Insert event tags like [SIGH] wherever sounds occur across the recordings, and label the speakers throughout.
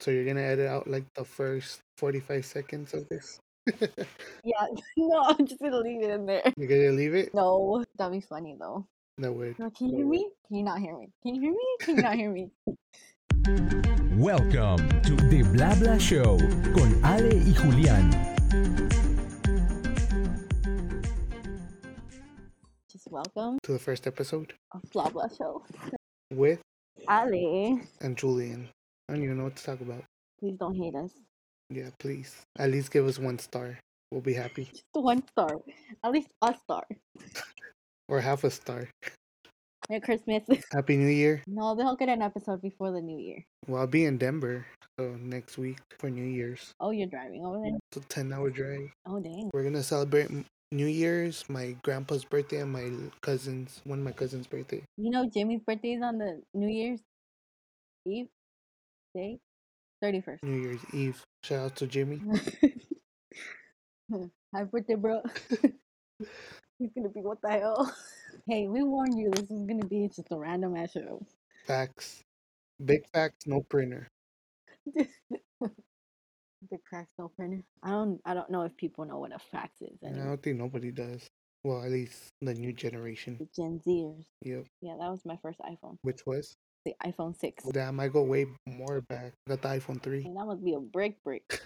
Speaker 1: So you're gonna edit out like the first 45 seconds of this?
Speaker 2: Yeah, [LAUGHS] no, I'm just gonna leave it in there.
Speaker 1: You're gonna leave it?
Speaker 2: No, that'd be funny though.
Speaker 1: No way.
Speaker 2: No, can you hear me? Can you not hear me? Can you hear me? Can you not hear me? [LAUGHS]
Speaker 3: Welcome to The Bla Bla Show con Ale y Julián.
Speaker 2: Just welcome
Speaker 1: To the first episode
Speaker 2: a blah blah show.
Speaker 1: with
Speaker 2: Ali,
Speaker 1: and Julian. I don't even know what to talk about.
Speaker 2: please don't hate us.
Speaker 1: Yeah, please. At least give us one star. We'll be happy.
Speaker 2: Just the one star, at least a star.
Speaker 1: Or half a star.
Speaker 2: Merry Christmas. [LAUGHS]
Speaker 1: Happy New Year.
Speaker 2: no, they'll get an episode before the new year.
Speaker 1: Well, I'll be in Denver so next week for New Year's.
Speaker 2: Oh, you're driving over there.
Speaker 1: It's a 10 hour drive.
Speaker 2: Oh dang.
Speaker 1: We're gonna celebrate m- New Year's, my grandpa's birthday, and my cousin's one of my cousin's birthday.
Speaker 2: You know Jimmy's birthday is on the New Year's Eve day, thirty first.
Speaker 1: New Year's Eve. Shout out to Jimmy.
Speaker 2: [LAUGHS] Happy birthday, bro. He's gonna be what the hell? [LAUGHS] Hey, we warned you. This is gonna be just a random ass show.
Speaker 1: Facts. Big facts, no printer.
Speaker 2: The cracks open. I don't. I don't know if people know what a fax is.
Speaker 1: And I
Speaker 2: anymore.
Speaker 1: don't think nobody does. Well, at least the new generation.
Speaker 2: The Gen Zers.
Speaker 1: Yep.
Speaker 2: Yeah, that was my first iPhone.
Speaker 1: Which was?
Speaker 2: The iPhone six.
Speaker 1: Damn, I go way more back. I got the iPhone 3.
Speaker 2: And that must be a brick [LAUGHS] brick.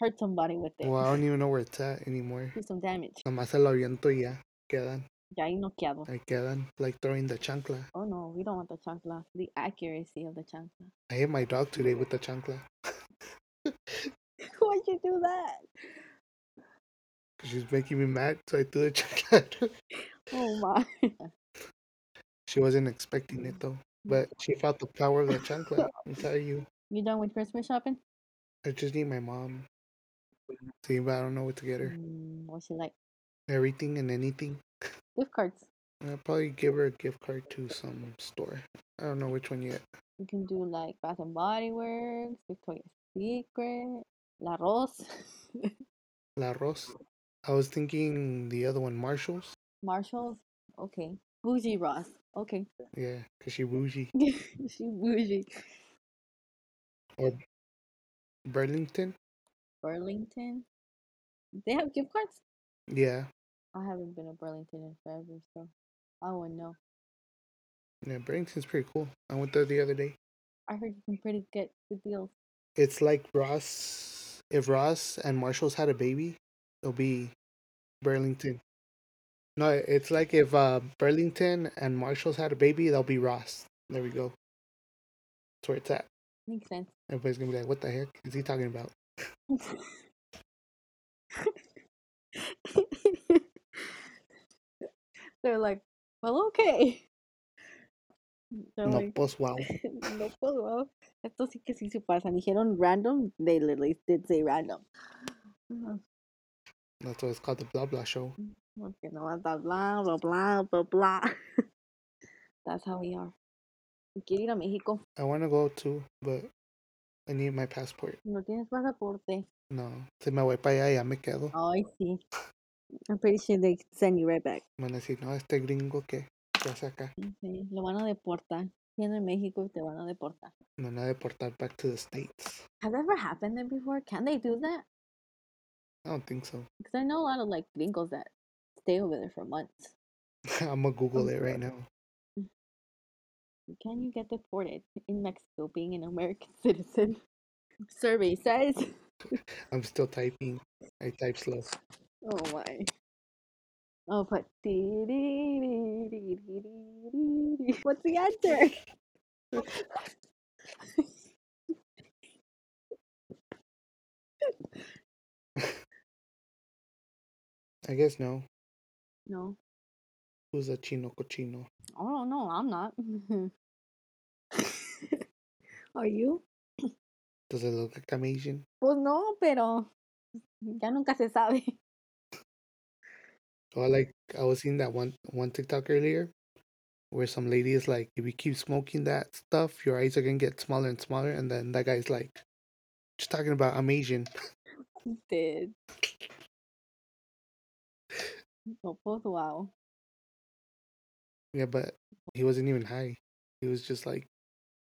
Speaker 2: Hurt somebody with it.
Speaker 1: Well, I don't even know where it's at anymore.
Speaker 2: Do some damage.
Speaker 1: Nomás el aviento y ya. Quedan.
Speaker 2: Ya ahí noqueado.
Speaker 1: Ahí quedan. Like throwing the chancla.
Speaker 2: Oh no, we don't want the chancla. The accuracy of the chancla.
Speaker 1: I hit my dog today with the chancla.
Speaker 2: [LAUGHS] Why'd you do that?
Speaker 1: 'cause She's making me mad, so I threw the [LAUGHS] chancla. at her.
Speaker 2: Oh my.
Speaker 1: she wasn't expecting it though. But she felt the power of the chancla. I tell you.
Speaker 2: You done with Christmas shopping?
Speaker 1: I just need my mom. See, but I don't know what to get her.
Speaker 2: Mm, what's she like?
Speaker 1: Everything and anything.
Speaker 2: Gift cards.
Speaker 1: I'll probably give her a gift card to some store. I don't know which one yet.
Speaker 2: You can do like Bath and Body Works, Victoria's Secret, La Rose, [LAUGHS]
Speaker 1: La Rose. I was thinking the other one, Marshalls.
Speaker 2: Marshalls. Okay. Bougie Ross. Okay. [LAUGHS]
Speaker 1: Yeah, because she bougie.
Speaker 2: she bougie.
Speaker 1: Burlington.
Speaker 2: Burlington. They have gift cards?
Speaker 1: Yeah,
Speaker 2: I haven't been to Burlington in forever, so I wouldn't know.
Speaker 1: yeah. Burlington's pretty cool. I went there the other day.
Speaker 2: I heard you can pretty get good deals.
Speaker 1: It's like Ross. If Ross and Marshalls had a baby, it'll be Burlington. No, it's like if uh, Burlington and Marshalls had a baby, that'll be Ross. There we go. That's where it's at.
Speaker 2: Makes sense.
Speaker 1: Everybody's gonna be like, "What the heck is he talking about?"
Speaker 2: [LAUGHS] They're like, well, okay. They're
Speaker 1: no,
Speaker 2: like,
Speaker 1: pues wow.
Speaker 2: [LAUGHS] no puedo. Esto sí que sí se pasan. Dijeron random. They literally did say random. Mm,
Speaker 1: That's why it's called the Blah Blah Show.
Speaker 2: Porque no blah, blah, blah, blah, blah, blah. [LAUGHS] That's how we are. Quiero ir a México.
Speaker 1: I want to go too, but I need my passport.
Speaker 2: No tienes pasaporte.
Speaker 1: No, si me voy para allá ya me quedo.
Speaker 2: Ay, sí. I'm pretty sure they send you right back.
Speaker 1: Me van a decir, no, este gringo que ya se acá.
Speaker 2: Sí, lo van a deportar. Siendo en México, te van a deportar.
Speaker 1: Me van a deportar back to the states.
Speaker 2: Has that ever happened there before? Can they do that?
Speaker 1: I don't think so. [LAUGHS]
Speaker 2: Because I know a lot of like gringos that stay over there for months.
Speaker 1: I'm gonna Google it right now.
Speaker 2: Can you get deported in Mexico being an American [LAUGHS] citizen? Survey says. [LAUGHS]
Speaker 1: I'm still typing. I type slow.
Speaker 2: Oh my. Oh, but. [LAUGHS] What's the answer?
Speaker 1: I guess no.
Speaker 2: No.
Speaker 1: Who's a chino cochino?
Speaker 2: Oh, no, I'm not. [LAUGHS] Are you?
Speaker 1: Does it look like I'm Asian?
Speaker 2: Pues no, pero. Ya nunca se sabe.
Speaker 1: Or like I was seeing that one one TikTok earlier, where some lady is like, if you keep smoking that stuff, your eyes are gonna get smaller and smaller, and then that guy's like, just talking about I'm Asian.
Speaker 2: Did. No, pues wow.
Speaker 1: Yeah, but he wasn't even high. He was just like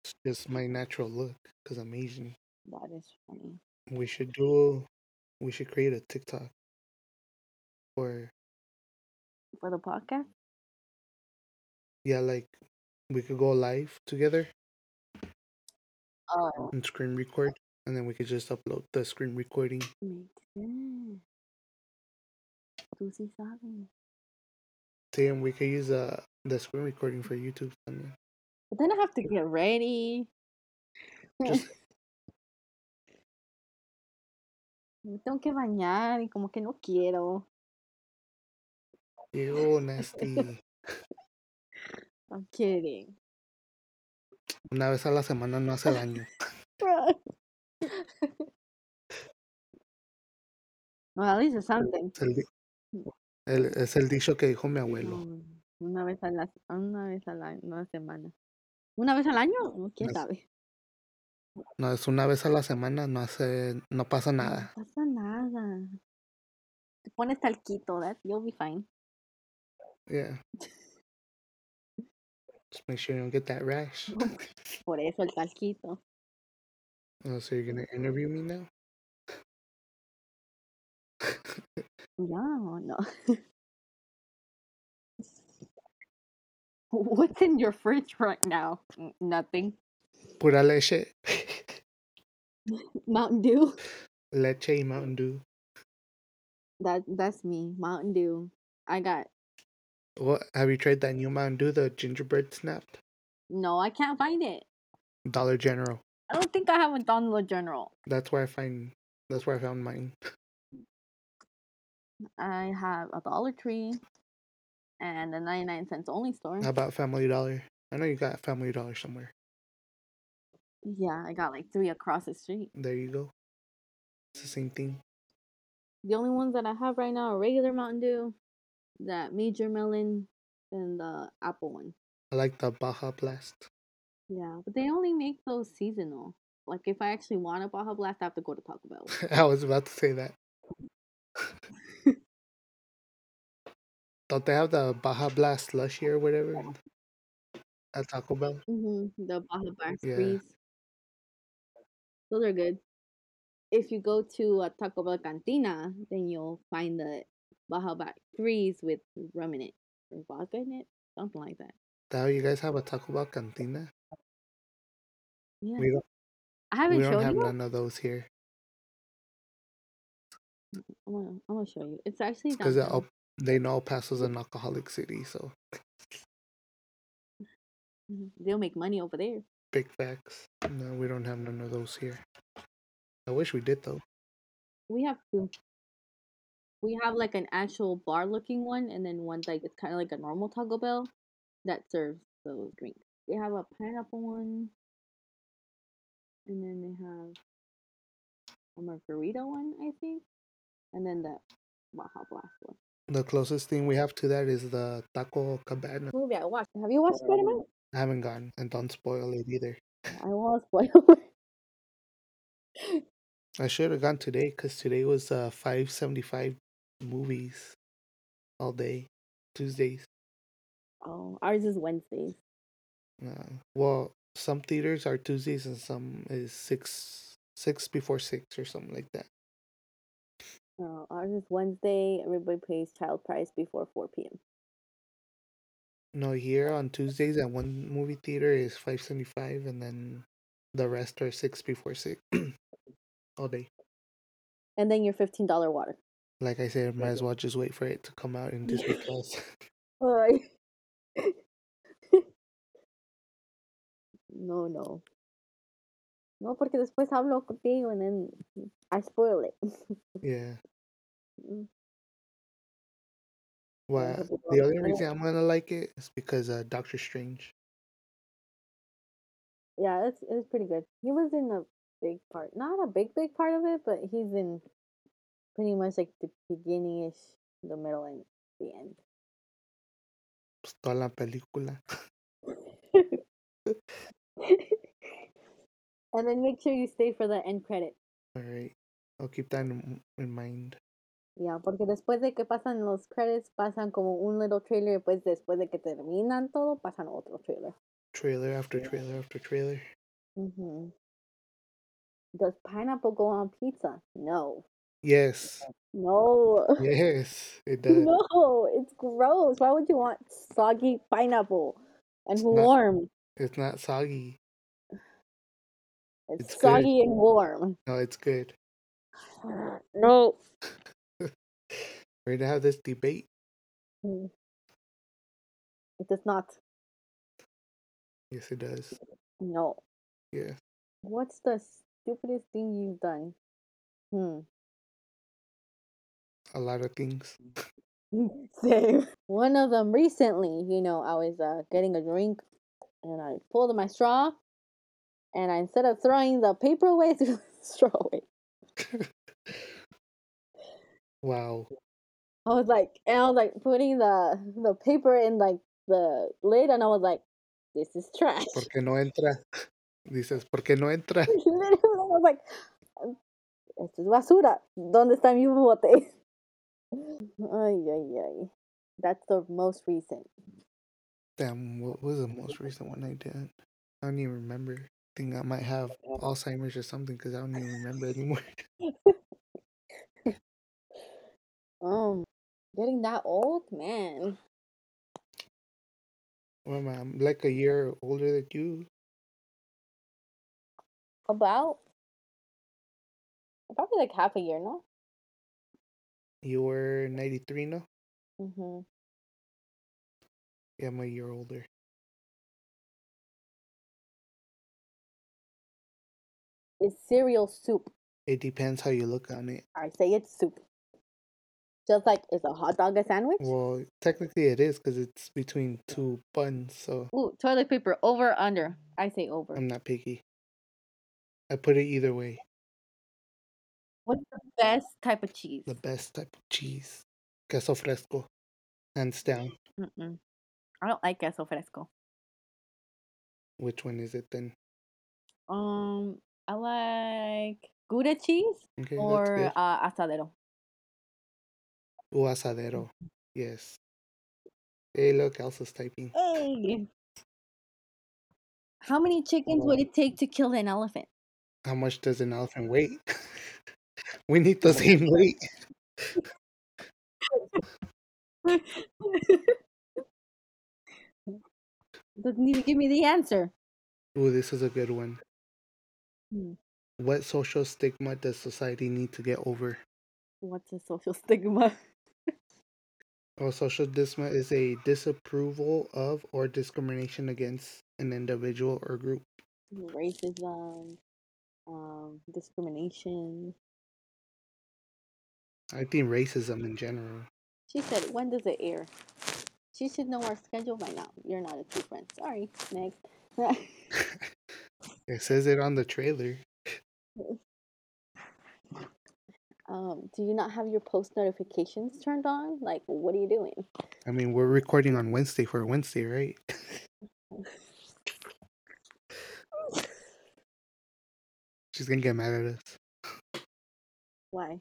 Speaker 1: It's just my natural look because I'm Asian.
Speaker 2: That is funny.
Speaker 1: We should do. We should create a TikTok. Or
Speaker 2: For the podcast?
Speaker 1: yeah, like we could go live together
Speaker 2: Oh,
Speaker 1: and screen record, and then we could just upload the screen recording.
Speaker 2: makes sense. Tú sí sabes.
Speaker 1: Damn, we could use uh, the screen recording for YouTube. También.
Speaker 2: But then I have to get ready. [LAUGHS]
Speaker 1: Just-
Speaker 2: Me tengo que bañar y como que no quiero.
Speaker 1: Ew, oh, nasty.
Speaker 2: I'm kidding.
Speaker 1: Una vez a la semana no hace daño.
Speaker 2: [LAUGHS] Bruh. well, at least it's something.
Speaker 1: Es el, di- el- es el dicho que dijo mi abuelo.
Speaker 2: No, Mm, Una vez a la, una vez a la una semana. ¿Una vez al año? No, ¿Quién
Speaker 1: Las-
Speaker 2: sabe?
Speaker 1: No es una vez a la semana, no hace, no pasa nada.
Speaker 2: No pasa nada. Te pones talquito, that you'll be fine.
Speaker 1: Yeah. Just make sure you don't get that rash.
Speaker 2: Por eso el talquito.
Speaker 1: Oh, so you're gonna interview me now?
Speaker 2: No, [LAUGHS] no. What's in your fridge right now? N- Nothing.
Speaker 1: Pura leche, [LAUGHS]
Speaker 2: Mountain Dew.
Speaker 1: leche y Mountain Dew.
Speaker 2: That that's me. Mountain Dew. I got
Speaker 1: What Oh, have you tried that new Mountain Dew, the gingerbread snap?
Speaker 2: no. I can't find it.
Speaker 1: Dollar General.
Speaker 2: I don't think I have a Dollar General.
Speaker 1: That's where I find. That's where I found mine.
Speaker 2: I have a Dollar Tree and a 99 cents only store.
Speaker 1: How about Family Dollar? I know you got Family Dollar somewhere.
Speaker 2: Yeah, I got like three across the street.
Speaker 1: There you go. It's the same thing.
Speaker 2: The only ones that I have right now are regular Mountain Dew, that Major Melon, and the Apple one.
Speaker 1: I like the Baja Blast. [LAUGHS]
Speaker 2: Yeah, but they only make those seasonal. Like if I actually want a Baja Blast, I have to go to Taco Bell.
Speaker 1: I was about to say that. Don't they have the Baja Blast Slushy or whatever at Taco Bell?
Speaker 2: Mm-hmm. The Baja Blast
Speaker 1: Yeah.
Speaker 2: Freeze. Those are good. If you go to a Taco Bell Cantina, then you'll find the Baja Blast Freeze with rum in it. Or vodka in it? Something like that.
Speaker 1: The hell, you guys have a Taco Bell cantina?
Speaker 2: Yeah.
Speaker 1: We don't.
Speaker 2: I
Speaker 1: We
Speaker 2: haven't
Speaker 1: don't
Speaker 2: shown
Speaker 1: have
Speaker 2: you.
Speaker 1: none of those here
Speaker 2: I'm gonna, I'm gonna show you. It's actually
Speaker 1: because
Speaker 2: downtown.
Speaker 1: they know El Paso's an alcoholic city, so
Speaker 2: Mhm. They'll make money over there.
Speaker 1: big facts. No, we don't have none of those here. I wish we did though.
Speaker 2: We have two. We have like an actual bar looking one, and then one like it's kind of like a normal Taco Bell that serves those drinks. They have a pineapple one, and then they have a margarita one, I think, and then the Baja Blast one.
Speaker 1: The closest thing we have to that is the Taco Cabana.
Speaker 2: Movie I watched. Have you watched Spider Man?
Speaker 1: I haven't gone, and don't spoil it either.
Speaker 2: Um, I won't spoil [LAUGHS] it.
Speaker 1: I should have gone today because today was uh five seventy five movies all day Tuesdays.
Speaker 2: Oh, ours is Wednesdays.
Speaker 1: Uh, well, some theaters are Tuesdays and some is six six before six or something like that.
Speaker 2: Oh, ours is Wednesday. Everybody plays Child Price before 4 p.m.
Speaker 1: No, here on Tuesdays at one movie theater is five seventy five, and then the rest are six before six [CLEARS THROAT] all day.
Speaker 2: And then your $15 water.
Speaker 1: Like I said, might as well just wait for it to come out in Disney Plus.
Speaker 2: Ay. No, no. No, porque después hablo contigo and then I spoil it.
Speaker 1: yeah.
Speaker 2: Mm.
Speaker 1: Well, the only reason I'm gonna like it is because uh, Doctor Strange.
Speaker 2: Yeah, it's it's pretty good. He was in a big part, not a big big part of it, but he's in pretty much like the beginning ish, the middle, and the end. [LAUGHS]
Speaker 1: Pues, toda la película. [LAUGHS]
Speaker 2: and then make sure you stay for the end credit.
Speaker 1: All right. I'll keep that in, in mind.
Speaker 2: Ya, porque después de que pasan los credits, pasan como un little trailer, y pues después de que terminan todo, pasan otro trailer.
Speaker 1: Trailer after trailer after trailer.
Speaker 2: hmm Does pineapple go on pizza? No.
Speaker 1: Yes. [LAUGHS]
Speaker 2: No. [LAUGHS]
Speaker 1: Yes, it does.
Speaker 2: no, it's gross. Why would you want soggy pineapple and
Speaker 1: not-
Speaker 2: warm?
Speaker 1: It's not soggy.
Speaker 2: It's,
Speaker 1: it's good.
Speaker 2: soggy and warm. [GASPS]
Speaker 1: No, it's good.
Speaker 2: No.
Speaker 1: We're gonna have this debate.
Speaker 2: Mm. It does not.
Speaker 1: Yes, it does.
Speaker 2: No.
Speaker 1: Yes.
Speaker 2: What's the stupidest thing you've done? Hmm.
Speaker 1: A lot of things.
Speaker 2: Same. One of them recently, you know, I was uh, getting a drink and I pulled my straw and I, instead of throwing the paper away, [LAUGHS] threw the straw away.
Speaker 1: Wow.
Speaker 2: I was like, and I was like putting the the paper in like the lid and I was like, this is trash.
Speaker 1: ¿Por qué no entra? [LAUGHS] Dices, ¿por qué no entra?
Speaker 2: [LAUGHS] Literally, I was like, "Um, esto es basura. ¿Dónde está mi bote? [LAUGHS] Ay, ay, ay. That's the most recent.
Speaker 1: Damn, what was the most recent one I did? I don't even remember. I think I might have Alzheimer's or something because I don't even remember anymore. [LAUGHS]
Speaker 2: Um, getting that old, man.
Speaker 1: Well, I'm like a year older than you.
Speaker 2: About probably like half a year, no?
Speaker 1: You were 93 now?
Speaker 2: Mm-hmm.
Speaker 1: Yeah, I'm a year older.
Speaker 2: It's cereal soup.
Speaker 1: It depends how you look on it.
Speaker 2: I say it's soup. Just like is a hot dog a sandwich?
Speaker 1: Well, technically it is because it's between two buns, so
Speaker 2: Ooh, toilet paper over or under? I say over.
Speaker 1: I'm not picky. I put it either way.
Speaker 2: What's the best type of cheese?
Speaker 1: The best type of cheese. Queso fresco. Hands down.
Speaker 2: Mm-mm. I don't like queso fresco.
Speaker 1: Which one is it then?
Speaker 2: Um, I like gouda cheese
Speaker 1: Okay, that's
Speaker 2: or
Speaker 1: good.
Speaker 2: uh, asadero.
Speaker 1: Un asadero. Yes. Hey, look, Elsa's typing.
Speaker 2: Hey. How many chickens
Speaker 1: Oh.
Speaker 2: would it take to kill an elephant?
Speaker 1: How much does an elephant weigh? [LAUGHS] we need the same weight.
Speaker 2: Doesn't even give me the answer.
Speaker 1: Ooh, this is a good one.
Speaker 2: Hmm.
Speaker 1: What social stigma does society need to get over?
Speaker 2: What's a social stigma?
Speaker 1: Well, Oh, social stigma is a disapproval of or discrimination against an individual or group.
Speaker 2: [LAUGHS] Racism, um, discrimination.
Speaker 1: I think racism in general.
Speaker 2: She said, when does it air? She should know our schedule by now. You're not a true friend. Sorry. Next.
Speaker 1: It says it on the trailer.
Speaker 2: [LAUGHS] um, do you not have your post notifications turned on? Like, what are you doing?
Speaker 1: I mean, we're recording on Wednesday for Wednesday, right? She's gonna get mad at us
Speaker 2: Why?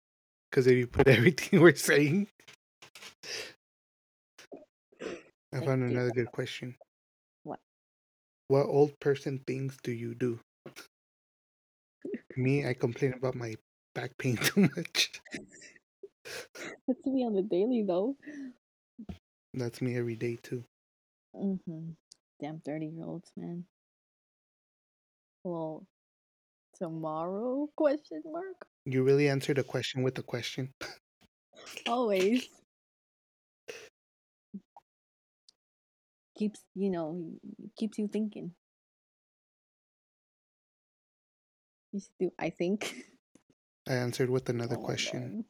Speaker 2: [LAUGHS]
Speaker 1: because if you put [LAUGHS] everything we're saying. I
Speaker 2: Let's
Speaker 1: found
Speaker 2: see.
Speaker 1: another good question.
Speaker 2: What?
Speaker 1: What old person things do you do? Me, I complain about my back pain [LAUGHS] too much.
Speaker 2: That's me on the daily, though.
Speaker 1: That's me every day too.
Speaker 2: Mm-hmm. Damn 30 year olds, man. Well, tomorrow? Question mark?
Speaker 1: You really answered a question with a question.
Speaker 2: Always. Keeps, you know, keeps you thinking. You should do, I think. [LAUGHS]
Speaker 1: I answered with another
Speaker 2: Oh my
Speaker 1: question.
Speaker 2: [LAUGHS] God.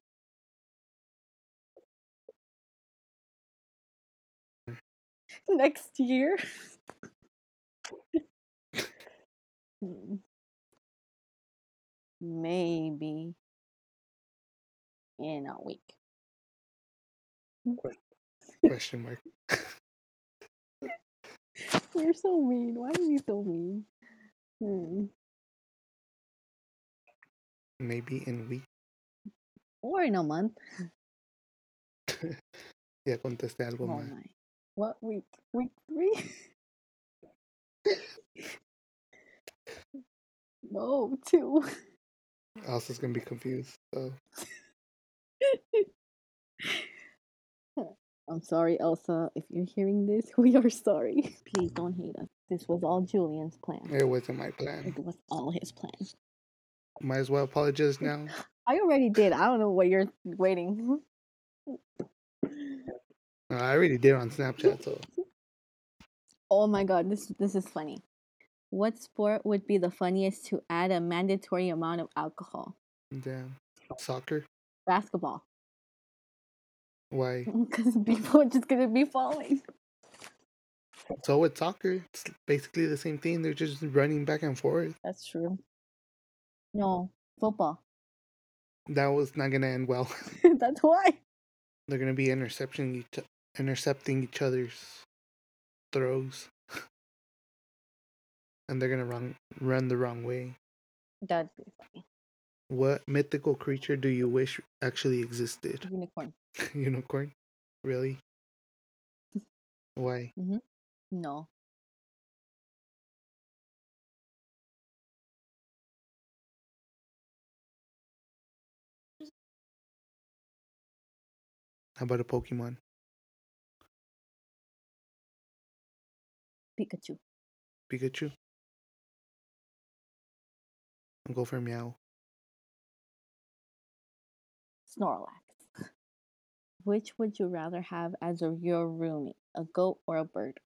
Speaker 2: [LAUGHS] Next year? [LAUGHS] Hmm. Maybe in a week.
Speaker 1: question mark.
Speaker 2: You're so mean. Why are you so mean? Hmm.
Speaker 1: Maybe in week.
Speaker 2: Or in a month.
Speaker 1: Ya contesté algo
Speaker 2: Oh
Speaker 1: más.
Speaker 2: my. What week? Week three? [LAUGHS] No, two.
Speaker 1: Elsa's gonna be confused. So
Speaker 2: I'm sorry, Elsa. If you're hearing this, [LAUGHS] we are sorry. Please don't hate us. This was all Julian's plan.
Speaker 1: it wasn't my plan.
Speaker 2: It was all his plan.
Speaker 1: Might as well apologize now.
Speaker 2: I already did. I don't know what you're waiting. [LAUGHS]
Speaker 1: No, I already did on Snapchat, so
Speaker 2: Oh my god, this this is funny. What sport would be the funniest to add a mandatory amount of alcohol?
Speaker 1: damn. Soccer?
Speaker 2: Basketball, [LAUGHS]
Speaker 1: Why?
Speaker 2: because people are just gonna be falling.
Speaker 1: So with soccer, it's basically the same thing. They're just running back and forth.
Speaker 2: That's true. No football. [LAUGHS]
Speaker 1: That was not gonna end well. [LAUGHS]
Speaker 2: That's why.
Speaker 1: They're gonna be intercepting each intercepting each other's throws, [LAUGHS] and they're gonna run run the wrong way.
Speaker 2: That'd be funny.
Speaker 1: What mythical creature do you wish actually existed?
Speaker 2: Unicorn.
Speaker 1: [LAUGHS] Unicorn? Really? Why?
Speaker 2: No.
Speaker 1: How about a Pokemon?
Speaker 2: Pikachu.
Speaker 1: Pikachu? I'll go for Meow.
Speaker 2: Snorlax. [LAUGHS] Which would you rather have as a, your roommate, a goat or a bird?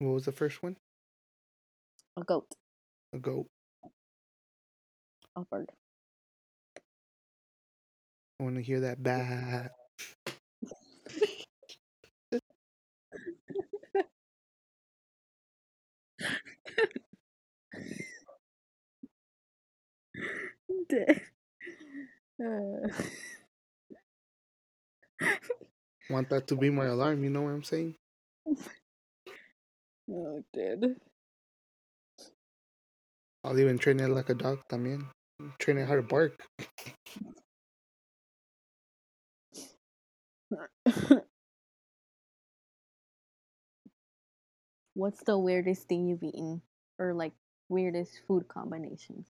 Speaker 1: What was the first one?
Speaker 2: A goat.
Speaker 1: A goat.
Speaker 2: A [LAUGHS] bird.
Speaker 1: I want to hear that bah.
Speaker 2: Oh,
Speaker 1: Want that to be my alarm, you know what I'm saying?
Speaker 2: [LAUGHS] oh, dude.
Speaker 1: I'll even train it like a dog, también. Train it how to bark.
Speaker 2: What's the weirdest thing you've eaten, or like weirdest food combinations?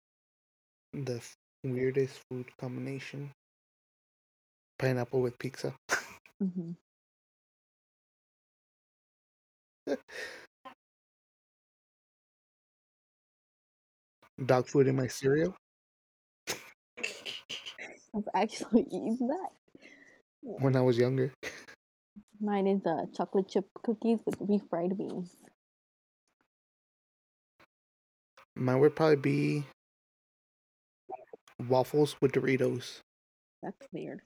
Speaker 1: The f- weirdest food combination pineapple with pizza.
Speaker 2: Mm-hmm.
Speaker 1: Dog food in my cereal.
Speaker 2: I've actually [LAUGHS] eaten that.
Speaker 1: When I was younger,
Speaker 2: Mine is uh, chocolate chip cookies with refried beans.
Speaker 1: mine would probably be waffles with Doritos
Speaker 2: That's weird.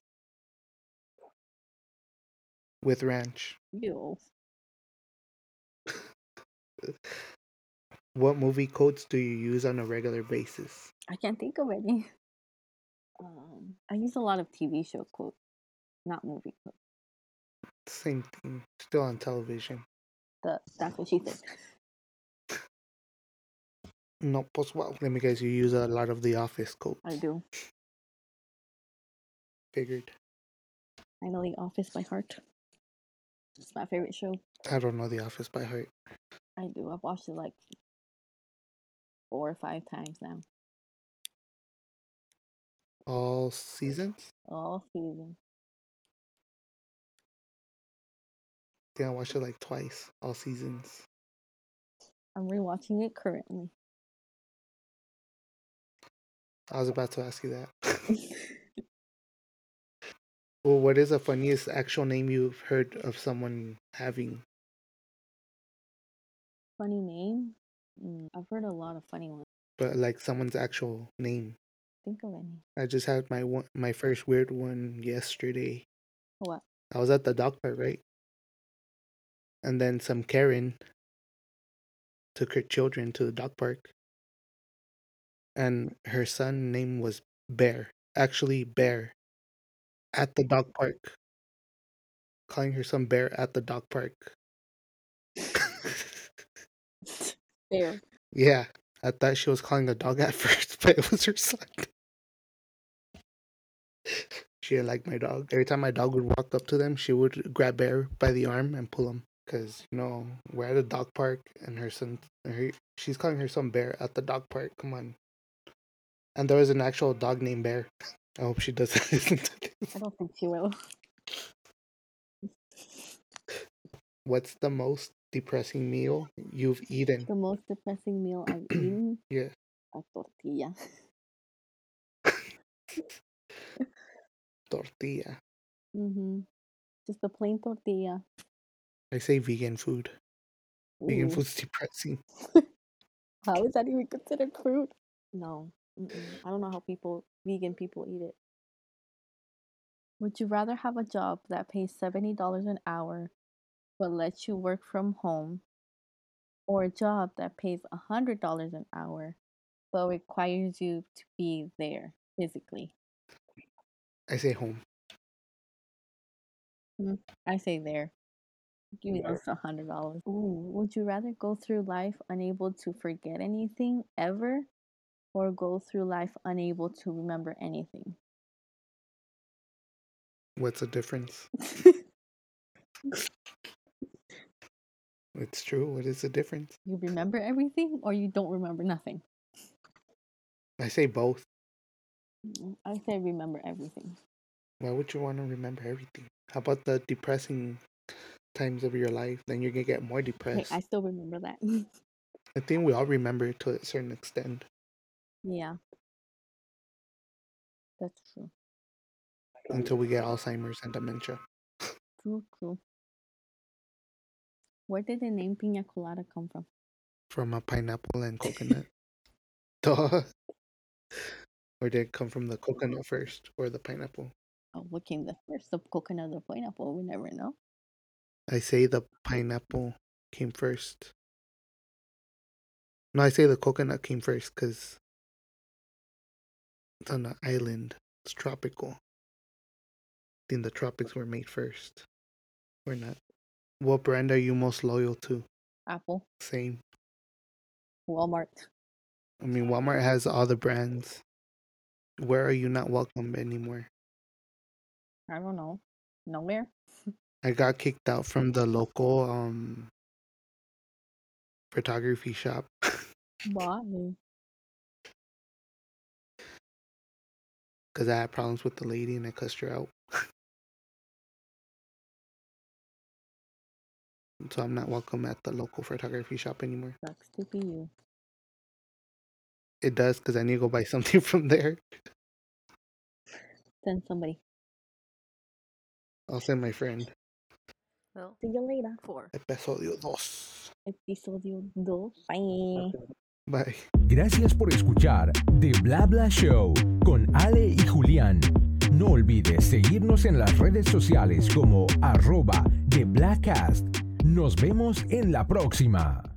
Speaker 1: with ranch.
Speaker 2: Ew.
Speaker 1: What movie codes do you use on a regular basis?
Speaker 2: I can't think of any. Um, I use a lot of TV show quotes, not movie quotes.
Speaker 1: Same thing, still on television.
Speaker 2: The, that's what she said.
Speaker 1: No, pues wow. Let me guess, you use a lot of The Office codes.
Speaker 2: I do.
Speaker 1: Figured.
Speaker 2: I know The Office by heart. It's my favorite show.
Speaker 1: I don't know The Office by heart.
Speaker 2: I do. I've watched it like four or five times now,
Speaker 1: All seasons?
Speaker 2: all season.
Speaker 1: I think I watched it like twice. All seasons.
Speaker 2: I'm rewatching it currently.
Speaker 1: I was about to ask you that. [LAUGHS] well, what is the funniest actual name you've heard of someone having?
Speaker 2: funny name. Mm, I've heard a lot of funny ones.
Speaker 1: But like someone's actual name.
Speaker 2: Think of any.
Speaker 1: I just had my one, my first weird one yesterday.
Speaker 2: What?
Speaker 1: I was at the doctor, right? And then some Karen took her children to the dog park. And her son name was Bear. Actually Bear. At the dog park. Calling her son Bear at the dog park. [LAUGHS]
Speaker 2: Bear.
Speaker 1: yeah. I thought she was calling a dog at [LAUGHS] first, but it was her son. she didn't like my dog. Every time my dog would walk up to them, she would grab Bear by the arm and pull him. because you know we're at a dog park and her son her, she's calling her son bear at the dog park come on and there was an actual dog named bear i hope she doesn't [LAUGHS] listen to this
Speaker 2: I don't think she will.
Speaker 1: what's the most depressing meal you've eaten
Speaker 2: The most depressing meal I've eaten
Speaker 1: yeah
Speaker 2: a tortilla. [LAUGHS]
Speaker 1: tortilla
Speaker 2: Mm-hmm. Just a plain tortilla.
Speaker 1: i say vegan food vegan
Speaker 2: Ooh.
Speaker 1: food's depressing
Speaker 2: How is that even considered food? No, mm-mm. I don't know how people, vegan people, eat it. Would you rather have a job that pays seventy dollars an hour, but lets you work from home, or a job that pays hundred dollars an hour, but requires you to be there physically?
Speaker 1: i say home
Speaker 2: I say there. Give me those hundred dollars. Ooh, would you rather go through life unable to forget anything ever, or go through life unable to remember anything?
Speaker 1: what's the difference it's true what is the difference
Speaker 2: you remember everything, or you don't remember nothing.
Speaker 1: i say both
Speaker 2: Mm, I say remember everything.
Speaker 1: Why would you want to remember everything? How about the depressing times of your life? Then you're gonna get more
Speaker 2: Hey,
Speaker 1: depressed.
Speaker 2: I still remember that. [LAUGHS]
Speaker 1: I think we all remember it to a certain extent.
Speaker 2: yeah, that's true.
Speaker 1: Until we get Alzheimer's and dementia.
Speaker 2: True, true. Where did the name Pina Colada come from?
Speaker 1: From a pineapple and coconut. [LAUGHS] Duh. Or did it come from the coconut first or the pineapple?
Speaker 2: Oh, what came the first? The coconut or pineapple? We never know.
Speaker 1: I say the pineapple came first. No, I say the coconut came first because it's on an island. It's tropical. I think the tropics were made first. Or not. What brand are you most loyal to?
Speaker 2: Apple,
Speaker 1: Same.
Speaker 2: Walmart.
Speaker 1: I mean, Walmart has all the brands. Where are you not welcome anymore?
Speaker 2: I don't know. Nowhere.
Speaker 1: I got kicked out from the local um photography shop.
Speaker 2: Why?
Speaker 1: because I had problems with the lady and I cussed her out. so I'm not welcome at the local photography shop anymore.
Speaker 2: Sucks to be you.
Speaker 1: It does because I need to go buy [LAUGHS] something from there.
Speaker 2: Send somebody.
Speaker 1: I'll send my friend.
Speaker 2: Well, see you later. Four.
Speaker 1: Episodio dos.
Speaker 2: Episodio dos. Bye.
Speaker 1: Bye.
Speaker 3: Gracias por escuchar The Bla Bla Show con Ale y Julián. No olvides seguirnos en las redes sociales como arroba The Blacast. Nos vemos en la próxima.